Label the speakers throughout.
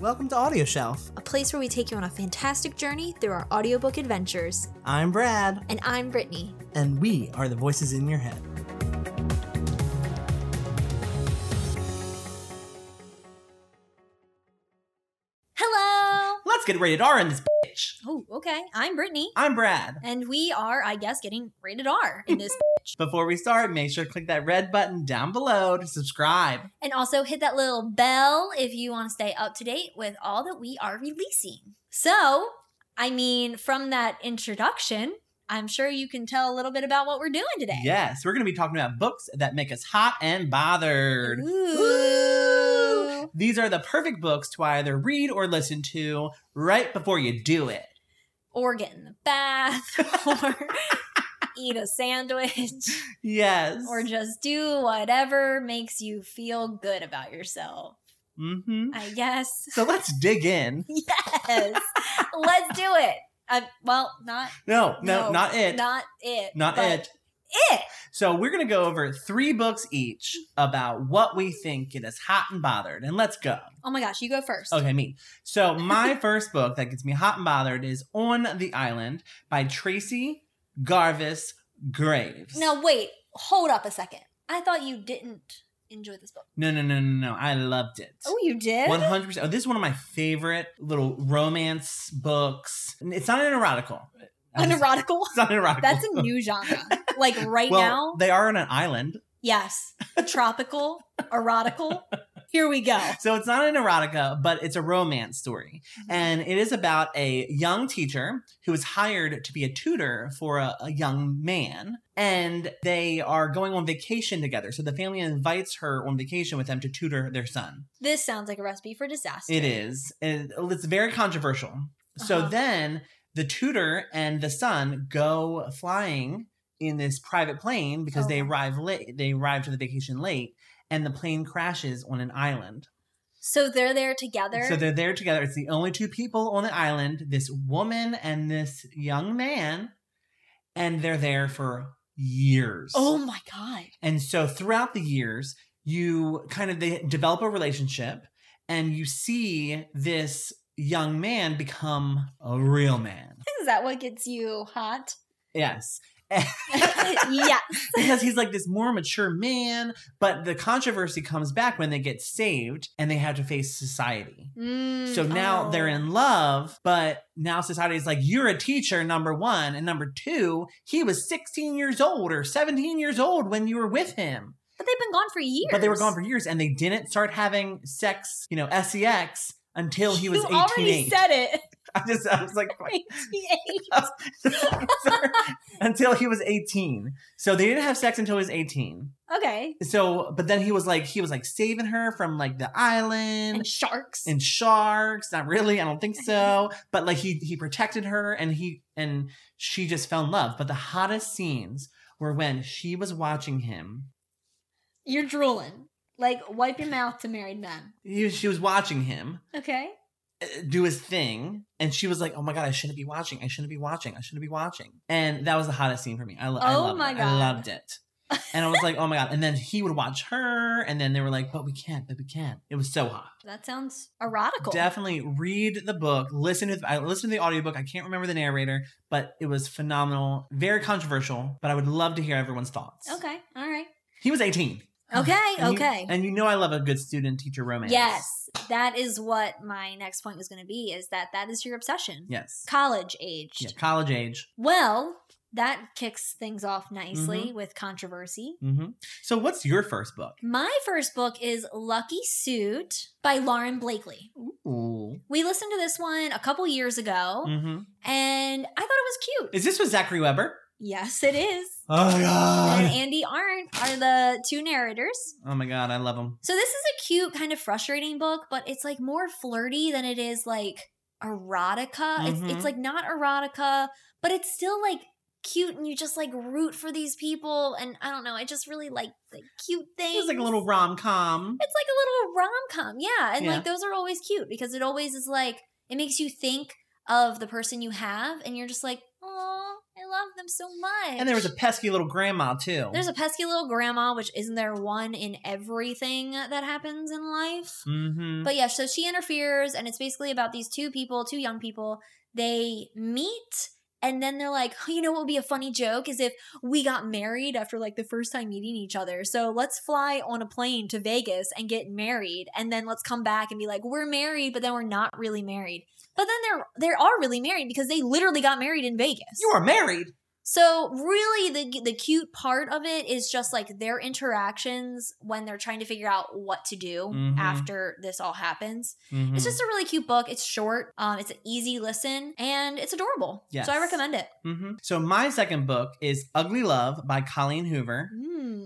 Speaker 1: Welcome to Audio Shelf.
Speaker 2: a place where we take you on a fantastic journey through our audiobook adventures.
Speaker 1: I'm Brad,
Speaker 2: And I'm Brittany.
Speaker 1: and we are the voices in your head.
Speaker 2: Hello!
Speaker 1: Let's get rated R in this bitch.
Speaker 2: Oh, okay. I'm Brittany.
Speaker 1: I'm Brad.
Speaker 2: And we are, I guess, getting rated R in this.
Speaker 1: Before we start, make sure to click that red button down below to subscribe.
Speaker 2: and also hit that little bell if you want to stay up to date with all that we are releasing. So, I mean, from that introduction, I'm sure you can tell a little bit about what we're doing today.
Speaker 1: Yes, we're going to be talking about books that make us hot and bothered.
Speaker 2: Ooh.
Speaker 1: These are the perfect books to either read or listen to right before you do it.
Speaker 2: Or get in the bath, or eat a sandwich.
Speaker 1: Yes.
Speaker 2: or just do whatever makes you feel good about yourself.
Speaker 1: mm-hmm.
Speaker 2: I guess.
Speaker 1: So let's dig in.
Speaker 2: Yes. Let's do it. I, well, not
Speaker 1: No, no, not it.
Speaker 2: Not it.
Speaker 1: not
Speaker 2: but
Speaker 1: it.
Speaker 2: It.
Speaker 1: So we're gonna go over three books each about what we think get us hot and bothered, and let's go.
Speaker 2: Oh my gosh, you go first.
Speaker 1: Okay, me. So my first book that gets me hot and bothered is On the Island by Tracy Garvis Graves.
Speaker 2: Now wait, hold up a second. I thought you didn't enjoy this book.
Speaker 1: no, no, no, no, no. I loved it.
Speaker 2: Oh, you did.
Speaker 1: One hundred percent. Oh, this is one of my favorite little romance books. It's not an erotical.
Speaker 2: An erotical.
Speaker 1: It's not an erotical.
Speaker 2: That's a new genre. Like right
Speaker 1: well,
Speaker 2: now.
Speaker 1: they are on an island.
Speaker 2: Yes. Tropical. Erotical. Here we go.
Speaker 1: So it's not an erotica, but it's a romance story.
Speaker 2: Mm-hmm.
Speaker 1: And it is about a young teacher who is hired to be a tutor for a, a young man. And they are going on vacation together. So the family invites her on vacation with them to tutor their son.
Speaker 2: This sounds like a recipe for disaster.
Speaker 1: It is. It- it's very controversial. So
Speaker 2: Uh-huh.
Speaker 1: then the tutor and the son go flying in this private plane because they
Speaker 2: Oh.
Speaker 1: arrive late. They arrive to the vacation late, and the plane crashes on an island.
Speaker 2: So they're there together.
Speaker 1: So they're there together. It's the only two people on the island, this woman and this young man, and they're there for years.
Speaker 2: Oh my god.
Speaker 1: And so throughout the years, you kind of they develop a relationship and you see this young man become a real man.
Speaker 2: Is that what gets you hot?
Speaker 1: Yes.
Speaker 2: yeah.
Speaker 1: because he's like this more mature man, but the controversy comes back when they get saved and they have to face society.
Speaker 2: Mm,
Speaker 1: So now
Speaker 2: oh.
Speaker 1: they're in love, but now society's like, you're a teacher, number one. And number two, he was 16 years old or 17 years old when you were with him.
Speaker 2: But they've been gone for years.
Speaker 1: But they were gone for years and they didn't start having sex, you know, sex until he was
Speaker 2: You
Speaker 1: 18.
Speaker 2: already said it.
Speaker 1: I just, I was like, fuck.
Speaker 2: 88.
Speaker 1: until he was 18. So they didn't have sex until he was 18.
Speaker 2: okay.
Speaker 1: So, but then he was like, he was like saving her from like the island.
Speaker 2: And sharks.
Speaker 1: and sharks not really i don't think so but like he he protected her and he and she just fell in love but the hottest scenes were when she was watching him
Speaker 2: You're drooling. Like wipe your mouth to married men.
Speaker 1: he, she was watching him
Speaker 2: Okay.
Speaker 1: uh, do his thing and she was like oh my god i shouldn't be watching i shouldn't be watching i shouldn't be watching and that was the hottest scene for me i, lo- I
Speaker 2: Oh
Speaker 1: loved
Speaker 2: my
Speaker 1: it. i
Speaker 2: God.
Speaker 1: loved it and i was like oh my god and then he would watch her and then they were like but we can't but we can't it was so hot
Speaker 2: That sounds erotical.
Speaker 1: Definitely read the book. Listen to I listened to the audiobook. I can't remember the narrator, but it was phenomenal. Very controversial, but I would love to hear everyone's thoughts.
Speaker 2: okay. All right.
Speaker 1: He was 18.
Speaker 2: Okay.
Speaker 1: And you-
Speaker 2: okay.
Speaker 1: and you know I love a good student teacher romance.
Speaker 2: yes. That is what my next point was going to be is that that is your obsession.
Speaker 1: Yes.
Speaker 2: College aged.
Speaker 1: Yeah, college age.
Speaker 2: Well, that kicks things off nicely
Speaker 1: Mm-hmm.
Speaker 2: with controversy.
Speaker 1: hmm So what's your first book?
Speaker 2: My first book is Lucky Suit by Lauren Blakely.
Speaker 1: Ooh.
Speaker 2: We listened to this one a couple years ago
Speaker 1: hmm
Speaker 2: and I thought it was cute.
Speaker 1: Is this with Zachary Weber?
Speaker 2: Yes, it is.
Speaker 1: Oh my
Speaker 2: And
Speaker 1: god.
Speaker 2: Andy Arndt are the two narrators.
Speaker 1: Oh my god, I love him.
Speaker 2: So this is a cute, kind of frustrating book, but it's like more flirty than it is like erotica. It's
Speaker 1: Mhm.
Speaker 2: it's like not erotica, but it's still like cute and you just like root for these people and I don't know, I just really like the cute things.
Speaker 1: It's like a little rom com.
Speaker 2: it's like a little rom com, yeah. And like
Speaker 1: Yeah.
Speaker 2: those are always cute because it always is like it makes you think of the person you have, and you're just like, oh, I love them so much.
Speaker 1: And there was a pesky little grandma too.
Speaker 2: there's a pesky little grandma, which isn't there one in everything that happens in life.
Speaker 1: mm-hmm.
Speaker 2: But yeah, so she interferes, and it's basically about these two people, two young people. They meet, and then they're like, "Oh, you know what would be a funny joke is if we got married after like the first time meeting each other. So let's fly on a plane to Vegas and get married, and then let's come back and be like, we're married, but then we're not really married. But then they're they are really married because they literally got married in Vegas.
Speaker 1: you are married.
Speaker 2: So really the the cute part of it is just like their interactions when they're trying to figure out what to do
Speaker 1: Mhm.
Speaker 2: after this all happens.
Speaker 1: Mhm.
Speaker 2: It's just a really cute book. It's short, um it's an easy listen and it's adorable.
Speaker 1: Yes.
Speaker 2: So I recommend it.
Speaker 1: Mhm. So my second book is Ugly Love by Colleen Hoover.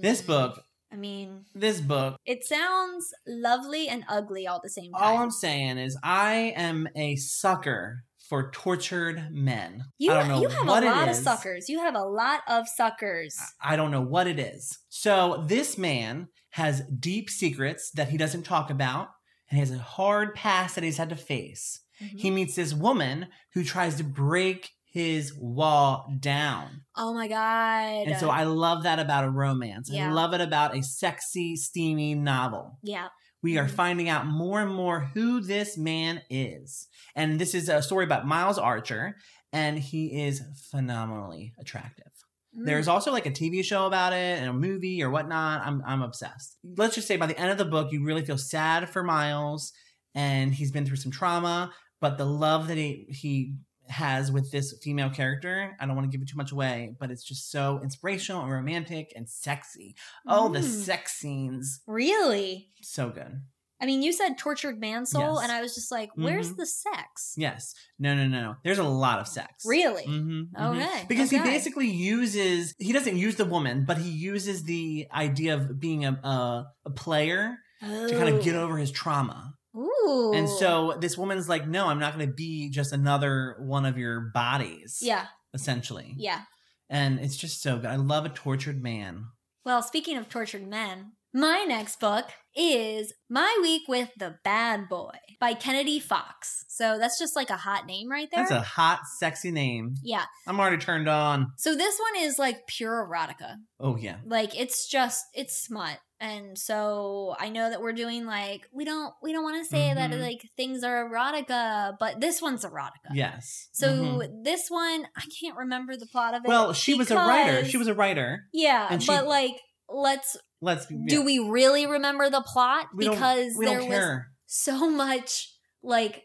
Speaker 1: This book,
Speaker 2: Hmm. I mean,
Speaker 1: this book,
Speaker 2: it sounds lovely and ugly all at the same time.
Speaker 1: all I'm saying is I am a sucker for tortured men.
Speaker 2: you
Speaker 1: I don't know
Speaker 2: you have
Speaker 1: what
Speaker 2: a
Speaker 1: it
Speaker 2: lot of
Speaker 1: is. Ah,
Speaker 2: suckers. You have a lot of suckers.
Speaker 1: I don't know what it is. So this man has deep secrets that he doesn't talk about, and he has a hard past that he's had to face.
Speaker 2: Mhm.
Speaker 1: He meets this woman who tries to break his wall down.
Speaker 2: oh my god.
Speaker 1: And so I love that about a romance. I
Speaker 2: Yeah.
Speaker 1: love it about a sexy, steamy novel.
Speaker 2: yeah.
Speaker 1: We are
Speaker 2: Mhm.
Speaker 1: finding out more and more who this man is. And this is a story about Miles Archer, and he is phenomenally attractive.
Speaker 2: Mm.
Speaker 1: There's also like a TV show about it and a movie or whatnot. I'm I'm obsessed. Let's just say by the end of the book, you really feel sad for Miles, and he's been through some trauma. But the love that he he has with this female character, I don't want to give it too much away, but it's just so inspirational and romantic and sexy. Oh, the
Speaker 2: Mm.
Speaker 1: sex scenes,
Speaker 2: Really?
Speaker 1: so good.
Speaker 2: I mean, you said tortured man soul,
Speaker 1: Yes.
Speaker 2: and I was just like, where's
Speaker 1: Mhm.
Speaker 2: the sex?
Speaker 1: Yes, no, no, no, no. There's a lot of sex.
Speaker 2: Really? Oh,
Speaker 1: Mm-hmm,
Speaker 2: Okay.
Speaker 1: because he
Speaker 2: okay.
Speaker 1: basically uses he doesn't use the woman but he uses the idea of being a, a, a player to kind of get over his trauma
Speaker 2: Ooh.
Speaker 1: and so this woman's like no i'm not going to be just another one of your bodies
Speaker 2: Yeah,
Speaker 1: essentially
Speaker 2: yeah.
Speaker 1: and it's just so good i love a tortured man
Speaker 2: Well, speaking of tortured men, my next book is My Week with the Bad Boy by Kennedy Fox. So that's just like a hot name right there.
Speaker 1: that's a hot sexy name
Speaker 2: yeah.
Speaker 1: i'm already turned on
Speaker 2: So this one is like pure erotica.
Speaker 1: oh yeah
Speaker 2: like it's just it's smut and so i know that we're doing like we don't we don't want to say that
Speaker 1: Mhm.
Speaker 2: like things are erotica but this one's erotica
Speaker 1: yes
Speaker 2: so
Speaker 1: Mhm.
Speaker 2: this one i can't remember the plot of it
Speaker 1: well she was a writer
Speaker 2: because-
Speaker 1: she was a writer
Speaker 2: yeah
Speaker 1: and she-
Speaker 2: but like let's
Speaker 1: let's
Speaker 2: do we really remember the plot
Speaker 1: we don't-
Speaker 2: because
Speaker 1: we
Speaker 2: there
Speaker 1: don't
Speaker 2: was
Speaker 1: care
Speaker 2: so much like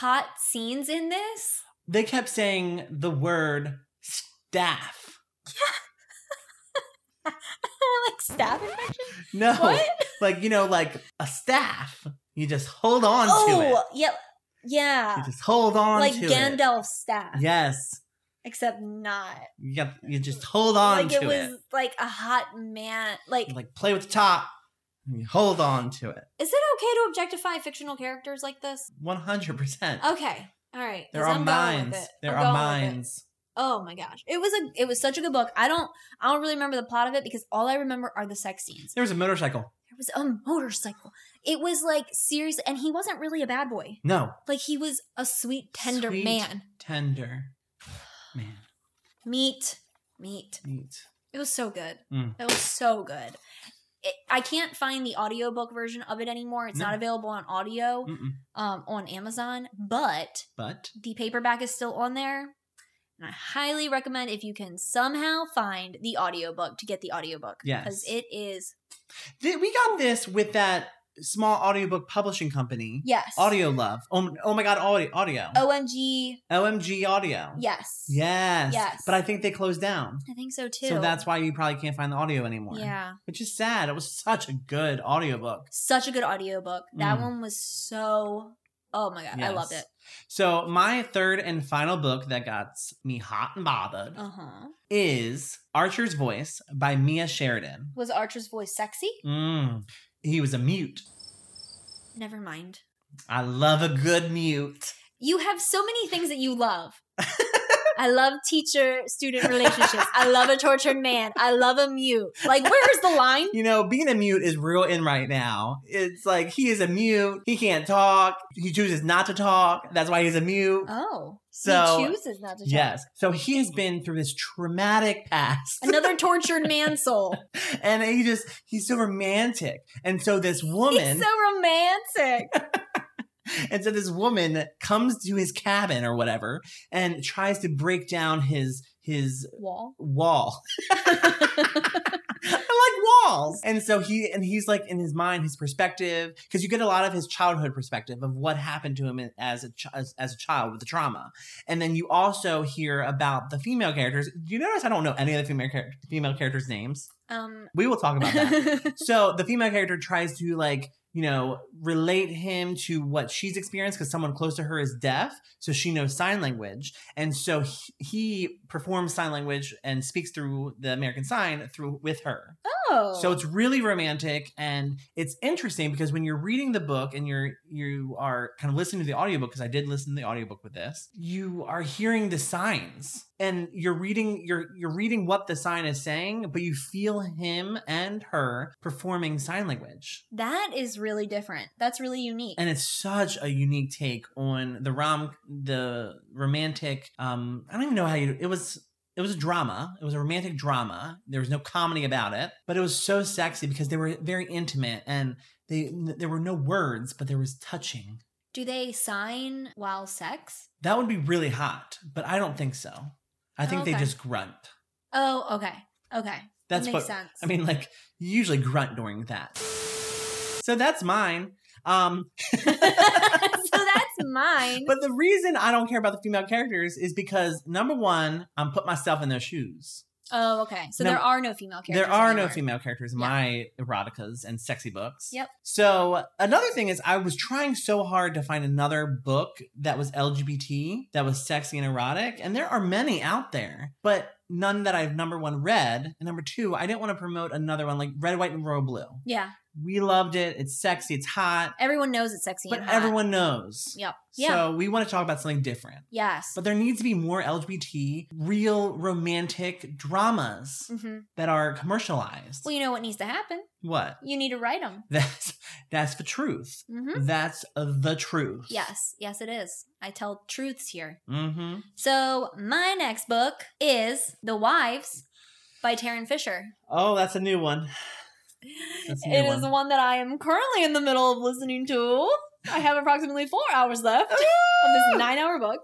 Speaker 2: hot scenes in this
Speaker 1: they kept saying the word staff
Speaker 2: like stab infection
Speaker 1: no
Speaker 2: what
Speaker 1: like you know like a staff you just hold on to it
Speaker 2: oh yeah yeah
Speaker 1: you just hold on
Speaker 2: Oh, like
Speaker 1: to it
Speaker 2: gandalf's staff
Speaker 1: yes
Speaker 2: except not
Speaker 1: you got you just hold on
Speaker 2: like
Speaker 1: to
Speaker 2: it
Speaker 1: it,
Speaker 2: was like a hot man like
Speaker 1: like play with the top and you hold on to it
Speaker 2: is it okay to objectify fictional characters like this
Speaker 1: 100%
Speaker 2: okay all right 'cause
Speaker 1: there are
Speaker 2: I'm going with
Speaker 1: minds
Speaker 2: it.
Speaker 1: there
Speaker 2: I'm
Speaker 1: are
Speaker 2: going with it.
Speaker 1: minds
Speaker 2: oh my gosh it was a it was such a good book i don't i don't really remember the plot of it because all i remember are the sex scenes
Speaker 1: there was a motorcycle
Speaker 2: there was a motorcycle it was like serious and he wasn't really a bad boy
Speaker 1: no
Speaker 2: like he was a sweet tender
Speaker 1: Sweet.
Speaker 2: man
Speaker 1: tender man
Speaker 2: meat meat
Speaker 1: neat
Speaker 2: It was so good.
Speaker 1: Mm.
Speaker 2: It was so good. It, I can't find the audiobook version of it anymore. It's
Speaker 1: No.
Speaker 2: not available on audio
Speaker 1: Mm-mm.
Speaker 2: um, on Amazon, but
Speaker 1: but
Speaker 2: the paperback is still on there. And I highly recommend if you can somehow find the audiobook to get the audiobook. Because
Speaker 1: Yes.
Speaker 2: it is.
Speaker 1: th- we got this with that small audiobook publishing company
Speaker 2: Yes.
Speaker 1: audio love oh, oh my god audio audio
Speaker 2: OMG.
Speaker 1: omg audio
Speaker 2: Oh. Yes.
Speaker 1: Yes.
Speaker 2: Yes.
Speaker 1: But I think they closed down.
Speaker 2: I think so too.
Speaker 1: So that's why you probably can't find the audio anymore.
Speaker 2: Yeah.
Speaker 1: Which is sad. It was such a good audiobook.
Speaker 2: Such a good audiobook. That
Speaker 1: Mm.
Speaker 2: one was so. Oh my God. I loved
Speaker 1: Yes.
Speaker 2: it.
Speaker 1: So my third and final book that got me hot and bothered
Speaker 2: Uh huh.
Speaker 1: is Archer's Voice by Mia Sheridan.
Speaker 2: Was Archer's voice sexy?
Speaker 1: Mm. He was a mute.
Speaker 2: Never mind.
Speaker 1: I love a good mute.
Speaker 2: You have so many things that you love. I love teacher student relationships. I love a tortured man. I love a mute. Like, where's the line?
Speaker 1: You know, being a mute is real in right now. It's like he is a mute. He can't talk. He chooses not to talk. That's why he's a mute.
Speaker 2: Oh.
Speaker 1: So-
Speaker 2: he chooses not to talk.
Speaker 1: Yes. So he has been through this traumatic past.
Speaker 2: Another tortured man soul.
Speaker 1: And he just, he's so romantic. And so this
Speaker 2: He's
Speaker 1: woman,
Speaker 2: so romantic.
Speaker 1: and so this woman comes to his cabin or whatever and tries to break down his, his
Speaker 2: Wall.
Speaker 1: wall. I like walls. And so he and he's like in his mind, his perspective, because you get a lot of his childhood perspective of what happened to him in- as a ch- as, as a child with the trauma. And then you also hear about the female characters. Do you notice I don't know any of the female char- female characters' names?
Speaker 2: Um.
Speaker 1: We will talk about that. so the female character tries to like you know relate him to what she's experienced because someone close to her is deaf so she knows sign language and so he, he performs sign language and speaks through the american sign through with her
Speaker 2: oh.
Speaker 1: so it's really romantic and it's interesting because when you're reading the book and you're you are kind of listening to the audiobook because I did listen to the audiobook with this, you are hearing the signs and you're reading you're you're reading what the sign is saying, but you feel him and her performing sign language.
Speaker 2: that is really different. That's really unique.
Speaker 1: And it's such a unique take on the rom the romantic um I don't even know how you it was it was a drama. It was a romantic drama. There was no comedy about it, but it was so sexy because they were very intimate and they there were no words, but there was touching.
Speaker 2: Do they sign while sex?
Speaker 1: That would be really hot, but I don't think so. I think they
Speaker 2: Okay.
Speaker 1: just grunt.
Speaker 2: Oh, okay. Okay.
Speaker 1: That's
Speaker 2: that
Speaker 1: what
Speaker 2: makes sense.
Speaker 1: I mean. Like you usually grunt during that. So that's mine. Um,
Speaker 2: so that's mine.
Speaker 1: but the reason I don't care about the female characters is because number one, I'm put myself in their shoes.
Speaker 2: oh, okay. So
Speaker 1: No,
Speaker 2: there are no female characters.
Speaker 1: There are
Speaker 2: anymore.
Speaker 1: no female characters in
Speaker 2: Yeah.
Speaker 1: my eroticas and sexy books.
Speaker 2: Yep.
Speaker 1: So another thing is I was trying so hard to find another book that was LGBT, that was sexy and erotic, and there are many out there, but none that I've number one read. And number two, I didn't want to promote another one like Red, White, and Royal Blue.
Speaker 2: Yeah.
Speaker 1: We loved it. It's sexy, it's hot,
Speaker 2: Everyone knows it's sexy.
Speaker 1: but
Speaker 2: and hot.
Speaker 1: everyone knows.
Speaker 2: Yep. Yeah.
Speaker 1: So we want to talk about something different.
Speaker 2: yes.
Speaker 1: But there needs to be more LGBT, real romantic dramas
Speaker 2: hmm
Speaker 1: that are commercialized.
Speaker 2: Well, you know what needs to happen.
Speaker 1: what?
Speaker 2: You need to write them.
Speaker 1: That's that's the truth.
Speaker 2: Mm-hmm.
Speaker 1: That's the truth.
Speaker 2: Yes. Yes, it is. I tell truths here.
Speaker 1: Mm-hmm.
Speaker 2: So my next book is The Wives by Taryn Fisher.
Speaker 1: Oh, that's a new one. That's a new
Speaker 2: It
Speaker 1: one.
Speaker 2: is the one that I am currently in the middle of listening to. I have approximately four hours left of this nine hour book.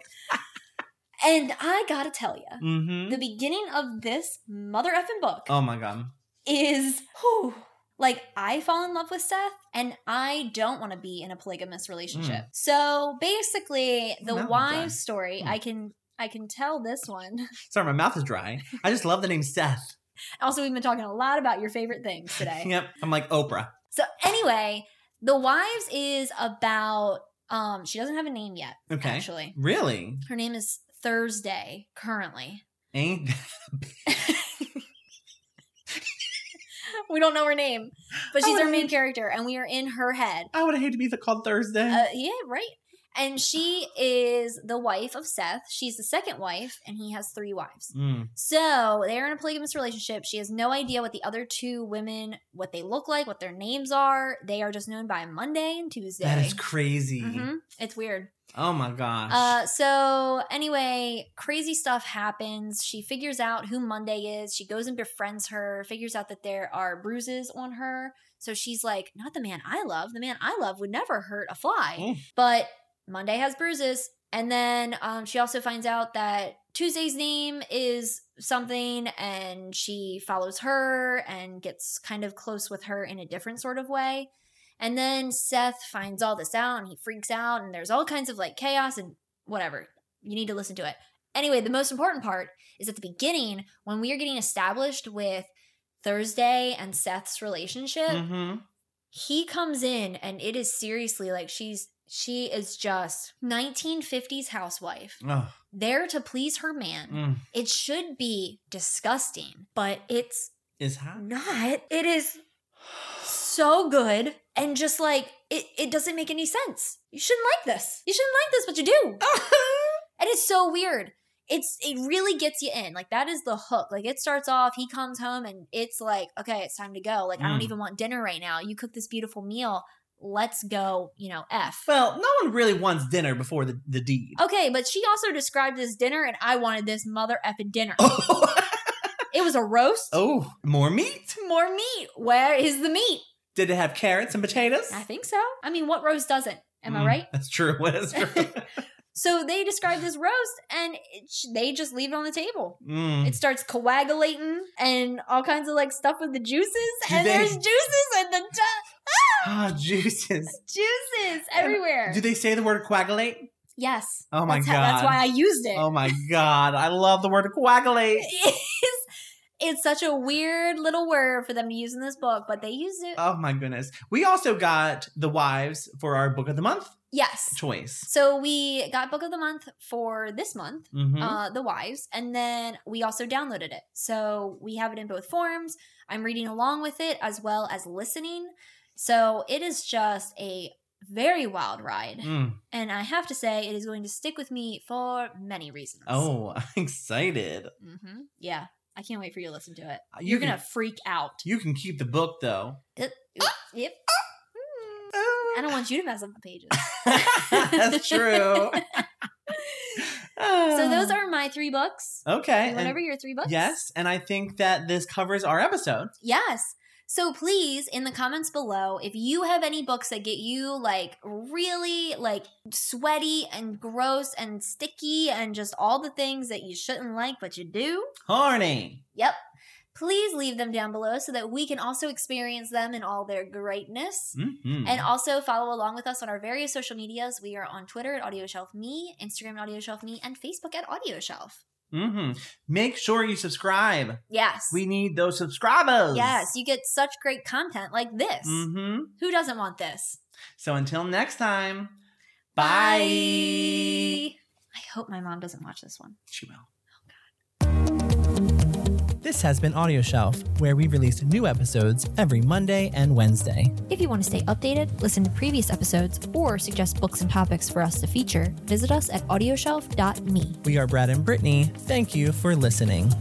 Speaker 2: And I gotta tell you,
Speaker 1: Mm-hmm.
Speaker 2: the beginning of this mother effing book
Speaker 1: Oh my god.
Speaker 2: is whew, like I fall in love with Seth and I don't want to be in a polygamous relationship. So basically the
Speaker 1: Mountain
Speaker 2: wives
Speaker 1: guy.
Speaker 2: story,
Speaker 1: Hmm.
Speaker 2: I can I can tell this one.
Speaker 1: Sorry, my mouth is dry. I just love the name Seth.
Speaker 2: Also, we've been talking a lot about your favorite things today.
Speaker 1: Yep. I'm like Oprah.
Speaker 2: So anyway, the wives is about um she doesn't have a name yet,
Speaker 1: Okay.
Speaker 2: actually.
Speaker 1: Really?
Speaker 2: Her name is Thursday currently.
Speaker 1: Ain't
Speaker 2: We don't know her name, but she's
Speaker 1: Oh,
Speaker 2: our main
Speaker 1: hey.
Speaker 2: character and we are in her head.
Speaker 1: I would hate to be th- called Thursday.
Speaker 2: Uh, yeah, right. And she is the wife of Seth. She's the second wife, and he has three wives.
Speaker 1: Mm.
Speaker 2: So they are in a polygamous relationship. She has no idea what the other two women, what they look like, what their names are. They are just known by Monday and Tuesday.
Speaker 1: That is crazy.
Speaker 2: Mhm. It's weird.
Speaker 1: Oh my gosh.
Speaker 2: Uh, so anyway, crazy stuff happens. She figures out who Monday is. She goes and befriends her. Figures out that there are bruises on her. So she's like, not the man I love. The man I love would never hurt a fly.
Speaker 1: Mm.
Speaker 2: But Monday has bruises. And then um, she also finds out that Tuesday's name is something, and she follows her and gets kind of close with her in a different sort of way. And then Seth finds all this out and he freaks out, and there's all kinds of like chaos and whatever. You need to listen to it. Anyway, the most important part is at the beginning when we are getting established with Thursday and Seth's relationship.
Speaker 1: hmm
Speaker 2: He comes in and it is seriously like she's she is just 1950s housewife
Speaker 1: oh,
Speaker 2: there to please her man.
Speaker 1: mm.
Speaker 2: It should be disgusting, but it's
Speaker 1: Is hot.
Speaker 2: not. It is so good and just like it, it doesn't make any sense. You shouldn't like this. You shouldn't like this, but you do. and it's so weird. it's it really gets you in. Like that is the hook. Like it starts off, he comes home and it's like, okay, it's time to go. Like I don't
Speaker 1: Mm.
Speaker 2: even want dinner right now. You cook this beautiful meal. Let's go, you know, F.
Speaker 1: Well, no one really wants dinner before the, the deed.
Speaker 2: Okay, but she also described this dinner and I wanted this mother effing dinner.
Speaker 1: Oh.
Speaker 2: It was a roast.
Speaker 1: more meat?
Speaker 2: More meat. Where is the meat?
Speaker 1: Did it have carrots and potatoes?
Speaker 2: I think so. I mean, what roast doesn't? Am I
Speaker 1: Mm,
Speaker 2: right?
Speaker 1: That's true. What is true?
Speaker 2: So they describe this roast and it, sh- they just leave it on the table.
Speaker 1: Mm.
Speaker 2: It starts coagulating and all kinds of like stuff with the juices,
Speaker 1: Do
Speaker 2: and
Speaker 1: they-
Speaker 2: there's juices and the ju-
Speaker 1: Ah, juices.
Speaker 2: juices everywhere.
Speaker 1: Do they say the word coagulate?
Speaker 2: yes.
Speaker 1: Oh my
Speaker 2: that's
Speaker 1: god.
Speaker 2: how- that's why I used it.
Speaker 1: Oh my god. I love the word coagulate.
Speaker 2: It's- it's such a weird little word for them to use in this book, but they used it.
Speaker 1: Oh my goodness. We also got the wives for our book of the month
Speaker 2: yes.
Speaker 1: choice.
Speaker 2: So we got book of the month for this month.
Speaker 1: Mhm.
Speaker 2: uh, the wives and then we also downloaded it so we have it in both forms i'm reading along with it as well as listening so it is just a very wild ride
Speaker 1: Mm.
Speaker 2: and i have to say it is going to stick with me for many reasons
Speaker 1: Oh, I'm excited.
Speaker 2: hmm yeah i can't wait for you to listen to it
Speaker 1: You
Speaker 2: you're
Speaker 1: can-
Speaker 2: gonna freak out
Speaker 1: You can keep the book though. Oh.
Speaker 2: Th- yep Hmm. i don't want you to mess up the pages
Speaker 1: That's true.
Speaker 2: so those are my three books
Speaker 1: okay. Uh, and-
Speaker 2: whatever your three books
Speaker 1: yes, and I think that this covers our episode.
Speaker 2: Yes. So please in the comments below if you have any books that get you like really like sweaty and gross and sticky and just all the things that you shouldn't like but you do.
Speaker 1: Horny.
Speaker 2: Yep. Please leave them down below so that we can also experience them in all their greatness.
Speaker 1: Mhm.
Speaker 2: And also follow along with us on our various social medias. We are on Twitter at Audio Shelf Me, Instagram at Audio Shelf Me, and Facebook at Audio Shelf.
Speaker 1: Mhm. Make sure you subscribe.
Speaker 2: Yes.
Speaker 1: We need those subscribers.
Speaker 2: yes, you get such great content like this.
Speaker 1: hmm
Speaker 2: Who doesn't want this?
Speaker 1: So until next time, bye.
Speaker 2: I hope my mom doesn't watch this one.
Speaker 1: She will.
Speaker 2: Oh,
Speaker 1: This has been Audio Shelf, where we release new episodes every Monday and Wednesday.
Speaker 2: If you want to stay updated, listen to previous episodes, or suggest books and topics for us to feature, visit us at audioshelf.me.
Speaker 1: We are Brad and Brittany. Thank you for listening.